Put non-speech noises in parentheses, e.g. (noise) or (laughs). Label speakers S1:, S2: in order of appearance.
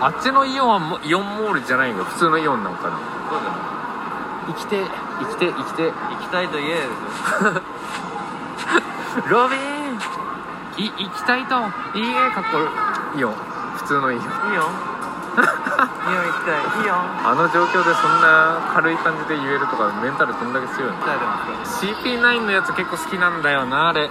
S1: あっちのイオンはもイオンモールじゃないの普通のイオンなんかな
S2: そうじゃ
S1: 生きて生きて生きて
S2: ない行きたいと (laughs) 言えですよ
S1: ロビンい行きたいといいえかっこいいイオン普通のイオン
S2: (laughs) いいよいいよ行きたいいいよ
S1: あの状況でそんな軽い感じで言えるとかメンタルどんだけ強いの
S2: 鍛えてますか
S1: CP9 のやつ結構好きなんだよなあれ